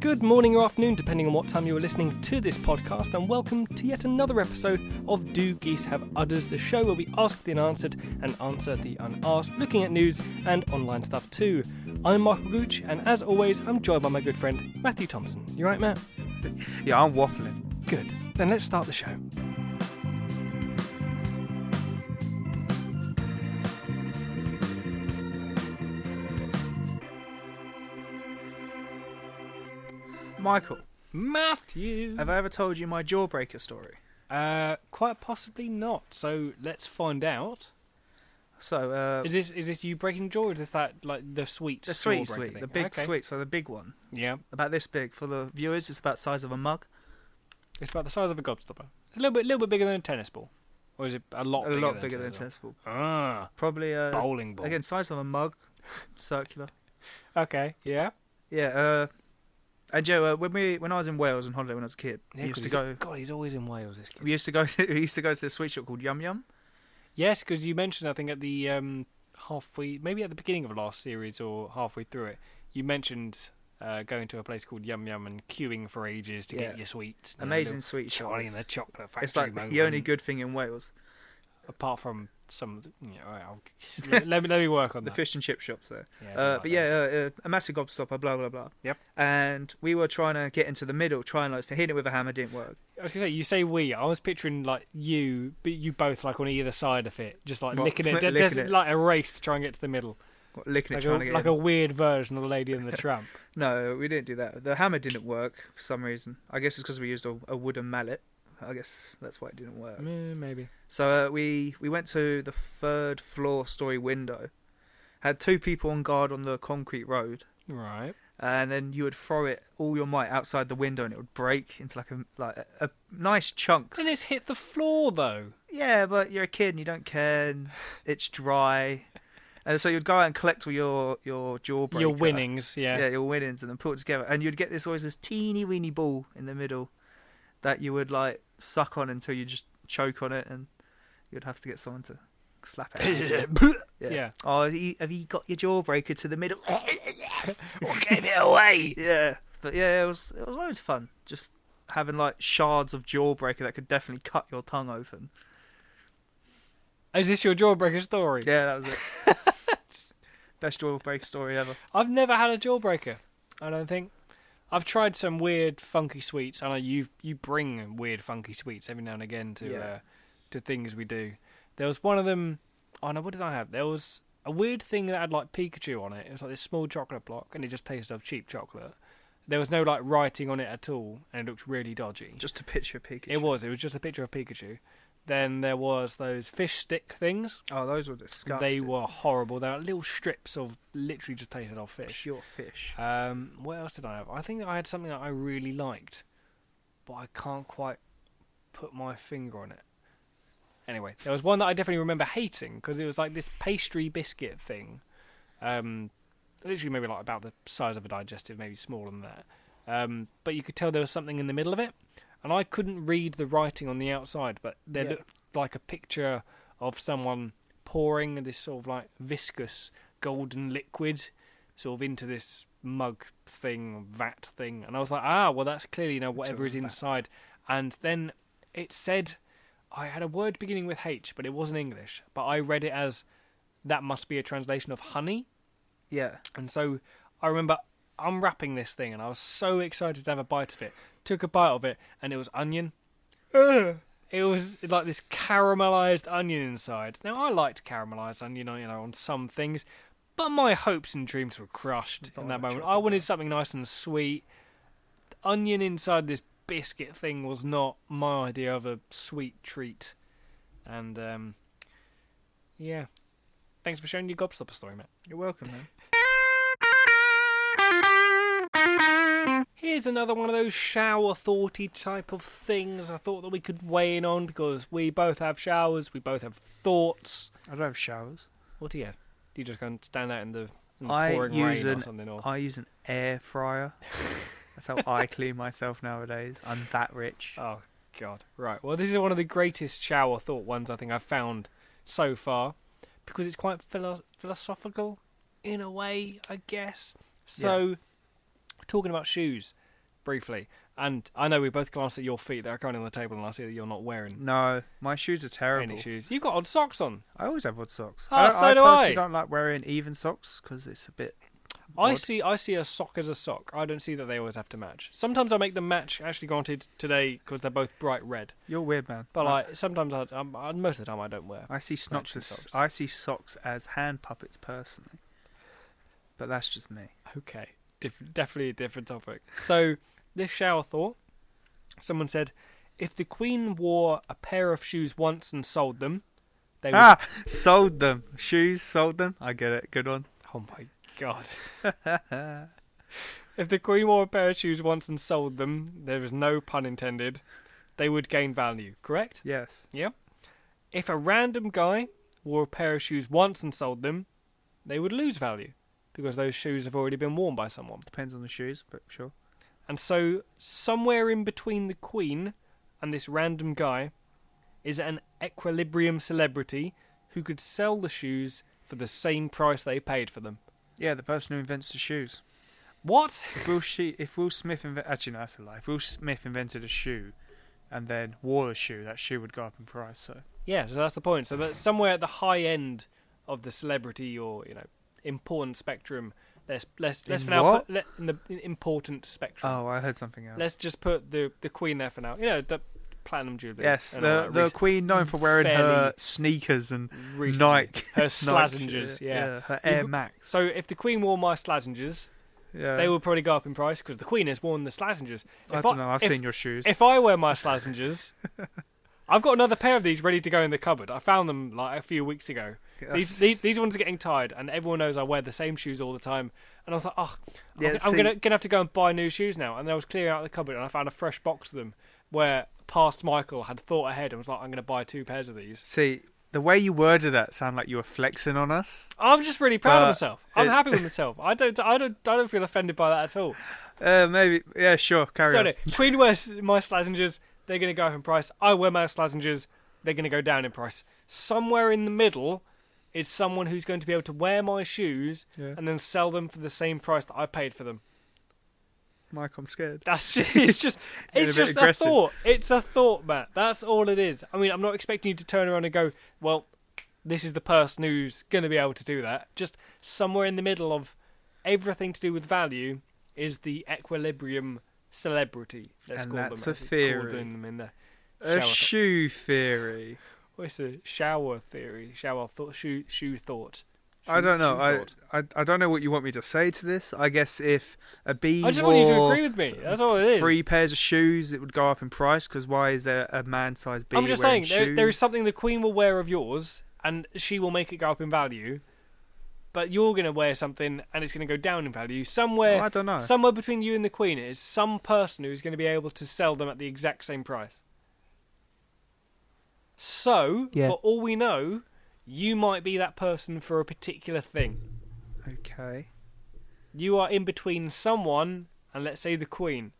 Good morning or afternoon, depending on what time you are listening to this podcast, and welcome to yet another episode of Do Geese Have Udders, the show where we ask the unanswered and answer the unasked, looking at news and online stuff too. I'm Michael Gooch, and as always, I'm joined by my good friend Matthew Thompson. You right, Matt? Yeah, I'm waffling. Good. Then let's start the show. Michael, Matthew! have I ever told you my jawbreaker story? Uh, quite possibly not. So let's find out. So, uh, Is this is this you breaking jaw? Or is this that like the sweet, the sweet jawbreaker sweet, thing? the big Okay. sweet, so the big one, Yeah, about this big for the viewers. It's about the size of a mug, it's about the size of a gobstopper. It's a little bit, little bit bigger than a tennis ball, or is it a lot? a bigger lot than bigger a than a tennis tennis ball. ball? Ah, Probably uh, bowling ball. again size of a mug, circular. Okay, yeah. Yeah. Uh, and Joe, uh, when we when I was in Wales on holiday when I was a kid, yeah we 'cause used to he's- go. God, he's always in Wales. This kid. We used to go. To, we used to go to this sweet shop called Yum Yum. Yes, because you mentioned I think at the um, halfway, maybe at the beginning of last series or halfway through it, you mentioned uh, going to a place called Yum Yum and queuing for ages to Yeah. get your sweets. you know, Amazing little sweet shop. Charlie and the chocolate factory. It's like the moment. only good thing in Wales. apart from some. of the- You know, I'll, let, let me let me work on The that. fish and chip shops there. Yeah, I don't Uh, like but yeah, those. uh, uh, a massive gobstopper, blah blah blah. Yep. And we were trying to get into the middle, trying like hitting it with a hammer didn't work. I was gonna say you say we. I was picturing like you, but you both like on either side of it, just like What? nicking it, Licking just, it. like a race to try and get to the middle, Got Licking it, like, a, trying to get like in. a weird version of the Lady and the Tramp. No, we didn't do that. The hammer didn't work for some reason. I guess it's because we used a, a wooden mallet. I guess that's why it didn't work. Mm, Maybe. So uh, we we went to the third floor story window. Had two people on guard on the concrete road, Right. and then you would throw it all your might outside the window, and it would break into like a like a, a nice chunks. And it's hit the floor though. Yeah, but you're a kid and you don't care. And it's dry, and so you'd go out and collect all your your jawbreaker. Your winnings, yeah. Yeah. your winnings, and then put it together, and you'd get this always this teeny weeny ball in the middle that you would like suck on until you just choke on it, and you'd have to get someone to slap it. out. yeah. Yeah. Oh, have you, have you got your jawbreaker to the middle? Or gave it away. yeah, but yeah, it was it was always fun. Just having like shards of jawbreaker that could definitely cut your tongue open. Is this your jawbreaker story? Yeah, that was it. Best jawbreak story ever. I've never had a jawbreaker. I don't think. I've tried some weird, funky sweets. I know you you bring weird, funky sweets every now and again to Yeah. uh, to things we do. There was one of them. Oh no, what did I have? There was a weird thing that had like Pikachu on it. It was like this small chocolate block, and it just tasted of cheap chocolate. There was no like writing on it at all, and it looked really dodgy. Just to picture Pikachu. It was. It was just a picture of Pikachu. Then there was those fish stick things. Oh, those were disgusting. They were horrible. They were little strips of literally just tasted of fish. pure fish. Um, what else did I have? I think I had something that I really liked, but I can't quite put my finger on it. Anyway, there was one that I definitely remember hating because it was like this pastry biscuit thing, um, literally maybe like about the size of a digestive, maybe smaller than that. Um, but you could tell there was something in the middle of it, and I couldn't read the writing on the outside, but there Yeah. looked like a picture of someone pouring this sort of like viscous golden liquid sort of into this mug thing, vat thing, and I was like, ah, well, that's clearly you know whatever is vat. inside. And then it said, I had a word beginning with H, but it wasn't English, but I read it as that must be a translation of honey. Yeah. And so I remember unwrapping this thing, and I was so excited to have a bite of it. Took a bite of it, and it was onion. It was like this caramelized onion inside. Now I liked caramelized onion, you know, on some things, but my hopes and dreams were crushed Not in that much moment. of I a wanted something nice and sweet. The onion inside this biscuit thing was not my idea of a sweet treat, and um, yeah. Thanks for sharing your gobstopper story, mate. You're welcome, man. Here's another one of those shower thoughty type of things I thought that we could weigh in on because we both have showers, we both have thoughts. I don't have showers. What do you have? Do you just go and stand out in the, in the I pouring use rain or an- something? Or... I use an air fryer. That's how I clean myself nowadays. I'm that rich. Oh, God. Right. Well, this is one of the greatest shower thought ones I think I've found so far because it's quite philo- philosophical in a way, I guess. So, talking about shoes, briefly, and I know we both glanced at your feet that are currently on the table, and I see that you're not wearing No, my shoes are terrible. any shoes. You've got odd socks on. I always have odd socks. Ah, don't- so do personally I. don't like wearing even socks because it's a bit. I Odd. see. I see a sock as a sock. I don't see that they always have to match. Sometimes I make them match. Actually, granted, today because they're both bright red. You're weird, man. But I, like sometimes I, um, I, most of the time I don't wear. I see socks matching as socks. I see socks as hand puppets personally. But that's just me. Okay, Dif- definitely a different topic. So this shower thought. Someone said, if the Queen wore a pair of shoes once and sold them, they would. Ah, sold them. Shoes sold them. I get it. Good one. Oh my god. If the Queen wore a pair of shoes once and sold them, there is no pun intended, they would gain value, correct? yes. If a random guy wore a pair of shoes once and sold them, they would lose value because those shoes have already been worn by someone. Depends on the shoes, but sure. And so, somewhere in between the Queen and this random guy is an equilibrium celebrity who could sell the shoes for the same price they paid for them. Yeah, the person who invents the shoes. What? If Will she, if Will Smith inve- actually no, that's a lie. If Will Smith invented a shoe, and then wore a shoe, that shoe would go up in price. So Yeah, so that's the point. So that somewhere at the high end of the celebrity or you know important spectrum, let's let's let's In for now what? put let, in the in important spectrum. oh, I heard something else. Let's just put the the Queen there for now. You know the platinum jubilee. yes, and all the that the recent- Queen known for wearing her fairly sneakers and recent- Nike, her Nike slazengers. shoes. yeah. her Air got- Max. So if the Queen wore my slazengers, yeah, they would probably go up in price because the Queen has worn the slazengers. Uh, I if don't I- know. I've if- seen your shoes. If I wear my slazengers. I've got another pair of these ready to go in the cupboard. I found them like a few weeks ago. These, That's- these these ones are getting tired, and everyone knows I wear the same shoes all the time. And I was like, oh, Yeah, I'm, I'm see- gonna gonna have to go and buy new shoes now. And then I was clearing out the cupboard, and I found a fresh box of them where past Michael had thought ahead and was like, I'm gonna buy two pairs of these. See, the way you worded that sounded like you were flexing on us. I'm just really proud But of myself. I'm it- happy with myself. I don't I don't I don't feel offended by that at all. Uh, maybe. Yeah, sure. Carry so on. no, Queen wears my slazengers. They're gonna go up in price. I wear my slazengers. They're gonna go down in price. Somewhere in the middle is someone who's going to be able to wear my shoes Yeah. and then sell them for the same price that I paid for them. Mike, I'm scared. That's it's just Getting it's a bit just aggressive. a thought. It's a thought, Matt. That's all it is. I mean, I'm not expecting you to turn around and go, "Well, this is the person who's going to be able to do that." Just somewhere in the middle of everything to do with value is the equilibrium celebrity. Let's And call that's a them. as we call theory. them in the A shower. thought. shoe theory. What's the shower theory? Shower thought. Shoe shoe thought. I Shoe- don't know. shoe I, thought. I I don't know what you want me to say to this. I guess if a bee I just wore want you to agree with me. That's all it is. three pairs of shoes, it would go up in price. Because why is there a man-sized bee? I'm just wearing saying there, there is shoes? something the queen will wear of yours, and she will make it go up in value. But you're going to wear something, and it's going to go down in value Oh, somewhere. I don't know. Somewhere between you and the queen is some person who's going to be able to sell them at the exact same price. So, Yeah. for all we know, you might be that person for a particular thing. Okay. You are in between someone and, let's say, the queen,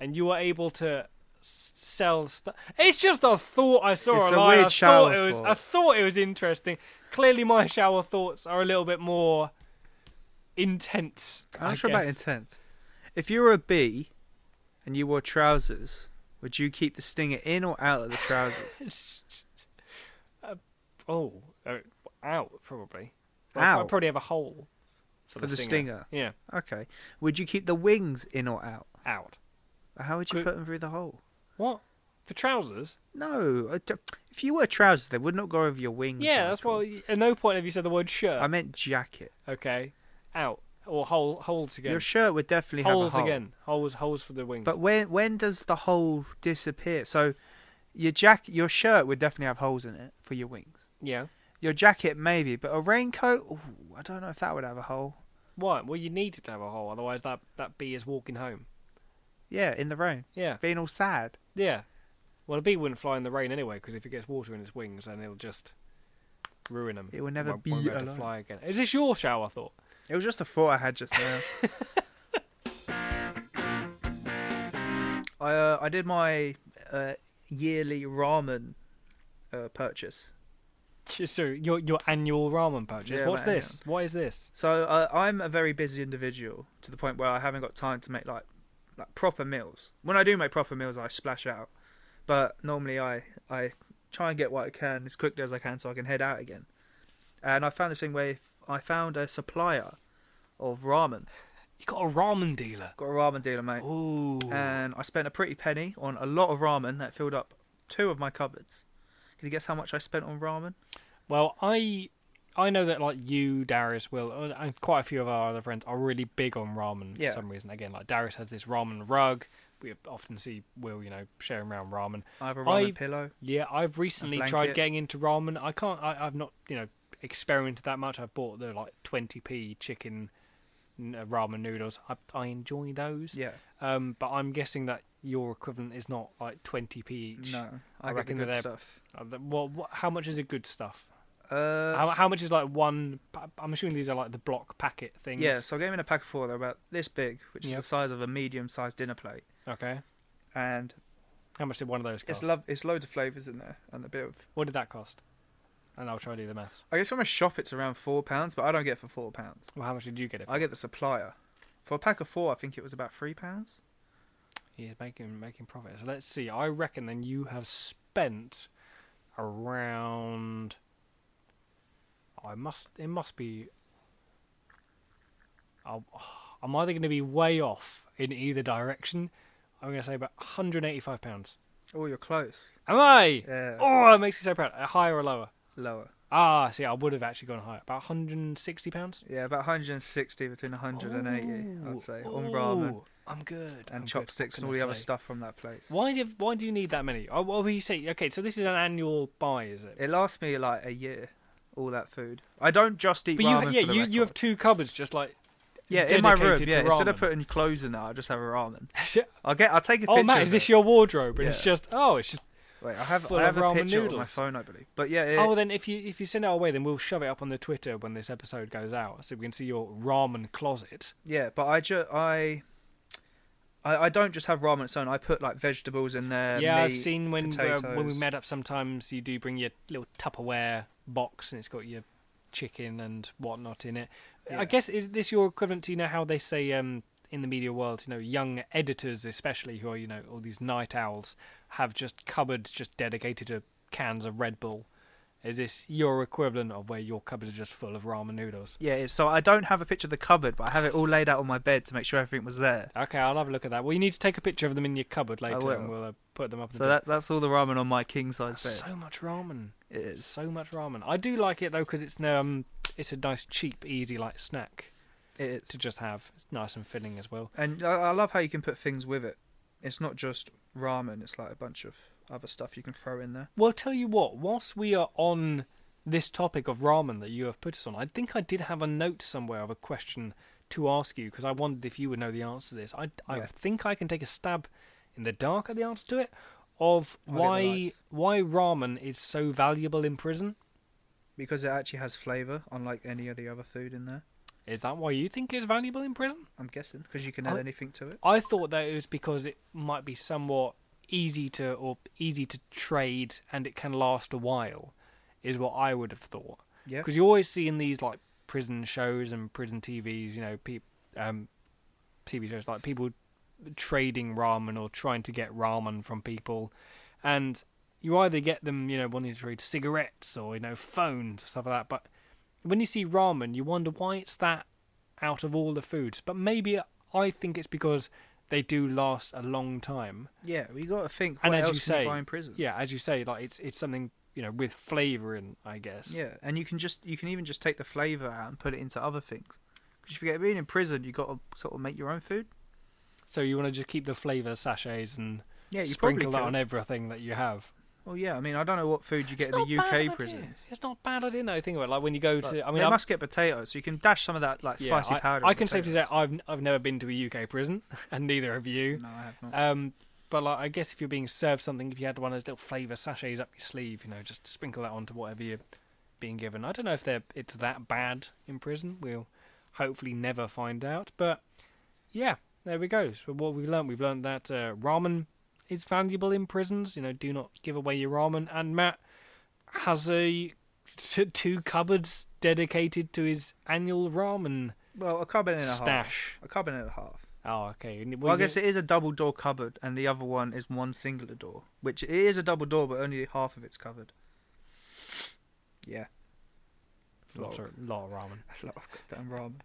and you are able to s- sell stuff. It's just a thought I saw It's a online. weird I shower thought it was. I thought. thought it was interesting. Clearly, my shower thoughts are a little bit more intense. I'm I sure about guess. intent. If you were a bee, and you wore trousers, would you keep the stinger in or out of the trousers? Uh, oh, uh, out probably. Out? I'd probably have a hole For the stinger. Yeah, okay. Would you keep the wings in or out? out. How would you Could- put them through the hole? What? The trousers? No, I d- if you wear trousers, they would not go over your wings. yeah, that's Michael. why. At no point have you said the word shirt. I meant jacket. okay, out or hole holes again. Your shirt would definitely holes have a hole. again. Holes holes for the wings. But when when does the hole disappear? So your jacket, your shirt would definitely have holes in it for your wings. yeah. Your jacket maybe, but a raincoat, ooh, I don't know if that would have a hole. Why? Well, you need it to have a hole, otherwise that that bee is walking home. Yeah, in the rain, Yeah, being all sad. yeah. Well, a bee wouldn't fly in the rain anyway, because if it gets water in its wings, then it'll just ruin them. It will never won't, be won't be able to alone. fly again. Is this your shower thought? It was just a thought I had just now. I uh, I did my uh, yearly ramen uh, purchase. So your your annual ramen purchase. Yeah, What's my this? What is this? So uh, I'm a very busy individual to the point where I haven't got time to make like like proper meals. When I do make proper meals, I splash out. But normally, I I try and get what I can as quickly as I can, so I can head out again. And I found this thing where if I found a supplier of ramen. You got a ramen dealer. Got a ramen dealer, mate. Ooh. And I spent a pretty penny on a lot of ramen that filled up two of my cupboards. Can you guess how much I spent on ramen? well, I I know that like you, Darius, will, and quite a few of our other friends are really big on ramen for Yeah. some reason. Again, like Darius has this ramen rug. We often see Will, you know, sharing around ramen. I have a ramen I- pillow. Yeah, I've recently tried blanket. getting into ramen. I can't. I, I've not, you know, experimented that much. I've bought the like twenty p chicken n- uh, ramen noodles. I, I enjoy those. Yeah, Um, but I'm guessing that your equivalent is not like twenty p each. I no, I, get the reckon good they're- stuff. Uh, the- Well, what, how much is a good stuff? Uh, How, how much is like one? pa- I'm assuming these are like the block packet things. yeah, so I gave in a pack of four. They're about this big, which is Yep. the size of a medium-sized dinner plate, Okay. and How much did one of those cost? it's love. It's loads of flavors in there, and a bit of. what did that cost? And I'll try to do the maths. I guess from a shop it's around four pounds, but I don't get it for four pounds. Well, how much did you get it? For? I get the supplier. For a pack of four, I think it was about three pounds. He's making making profit. So let's see. I reckon then you have spent around. I must. It must be. I'll, I'm either going to be way off in either direction. I'm going to say about 185 pounds. Oh, you're close. Am I? Yeah, Oh, that makes me so proud. Uh, Higher or lower? lower. Ah, see, I would have actually gone higher. About 160 pounds. Yeah, about 160 between 180, I'd say, on Ooh, ramen ooh, I'm good. Oh! I'm and good, chopsticks what and all can the I other say? stuff from that place. Why do Why do you need that many? Oh, well, you say okay. So this is an annual buy, is it? It lasts me like a year. All that food. I don't just eat But ramen. you, yeah, for the you, you have record. two cupboards just like yeah in my room. dedicated Yeah, to instead of ramen. putting clothes in there, I just have a ramen. I'll get. I'll take a oh picture. Matt, of is this it. your wardrobe? And it's Yeah. just oh, it's just Wait, I have. full I of have a ramen picture on my noodles? phone, I believe. But yeah, it, oh. Well, then if you if you send it our way, then we'll shove it up on the Twitter when this episode goes out, so we can see your ramen closet. yeah. But I just I. I, I don't just have ramen on its own. I put like vegetables in there. yeah, I've meat. seen when uh, when we potatoes. met up. Sometimes you do bring your little Tupperware box, and it's got your chicken and whatnot in it. Yeah. I guess is this your equivalent to you know how they say um, in the media world, you know, young editors especially who are you know all these night owls have just cupboards just dedicated to cans of Red Bull. Is this your equivalent of where your cupboards are just full of ramen noodles? Yeah, it- so I don't have a picture of the cupboard, but I have it all laid out on my bed to make sure everything was there. Okay, I'll have a look at that. Well, you need to take a picture of them in your cupboard later, and will. we'll uh, put them up. So in the that that's all the ramen on my king size bed. That's so much ramen. it It's is. so much ramen. I do like it though because it's um, it's a nice, cheap, easy like snack It is. to just have. It's nice and filling as well. And I, I love how you can put things with it. It's not just ramen. It's like a bunch of other stuff you can throw in there. Well, tell you what. Whilst we are on this topic of ramen that you have put us on, I think I did have a note somewhere of a question to ask you because I wondered if you would know the answer to this. I I Yeah. think I can take a stab in the dark at the answer to it of I'll get the why lights. why ramen is so valuable in prison. Because it actually has flavour, unlike any of the other food in there. Is that why you think it's valuable in prison? I'm guessing because you can add I- anything to it. I thought that it was because it might be somewhat easy to or easy to trade and it can last a while, is what I would have thought. Yeah. Because you always see in these like prison shows and prison TVs, you know, peop um, TV shows like people trading ramen or trying to get ramen from people, and you either get them, you know, wanting to trade cigarettes or you know phones or stuff like that. But when you see ramen, you wonder why it's that out of all the foods. But maybe I think it's because they do last a long time. Yeah, we got to think. And what as else you can say- buy in prison? Yeah, as you say, like it's it's something you know with flavour in, I guess. Yeah, and you can just you can even just take the flavour out and put it into other things. Because you forget being in prison, you got to sort of make your own food. So you want to just keep the flavour sachets and Yeah, you sprinkle probably that could. on everything that you have. Well, yeah, I mean, I don't know what food you get in the UK prisons. It's not a bad idea. No, think about it. Like when you go But to, I they mean, I'm, must get potatoes, so you can dash some of that like yeah, spicy I- powder. I, on can safely say potatoes. I've I've never been to a UK prison, and neither have you. No, I have not. Um, but like, I guess if you're being served something, if you had one of those little flavour sachets up your sleeve, you know, just sprinkle that onto whatever you're being given. I don't know if they're it's that bad in prison. We'll hopefully never find out. But yeah, there we go. So what we've learned, we've learned that uh, ramen is valuable in prisons. You know, do not give away your ramen. And Matt has a t- two cupboards dedicated to his annual ramen Well, a carbon and a half. stash. A carbon and a half. Oh, okay. And Well, I you- guess it is a double door cupboard, and the other one is one singular door, which it is a double door, but only half of it's covered. Yeah. It's a lot, Lots of, of- lot of ramen. a lot of goddamn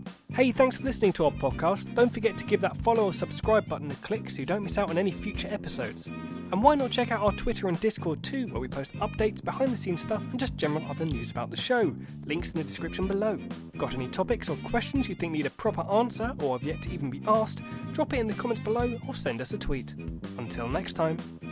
ramen. Hey, thanks for listening to our podcast. Don't forget to give that follow or subscribe button a click so you don't miss out on any future episodes. And why not check out our Twitter and Discord too, where we post updates, behind the scenes stuff, and just general other news about the show. Links in the description below. Got any topics or questions you think need a proper answer or have yet to even be asked? Drop it in the comments below or send us a tweet. Until next time.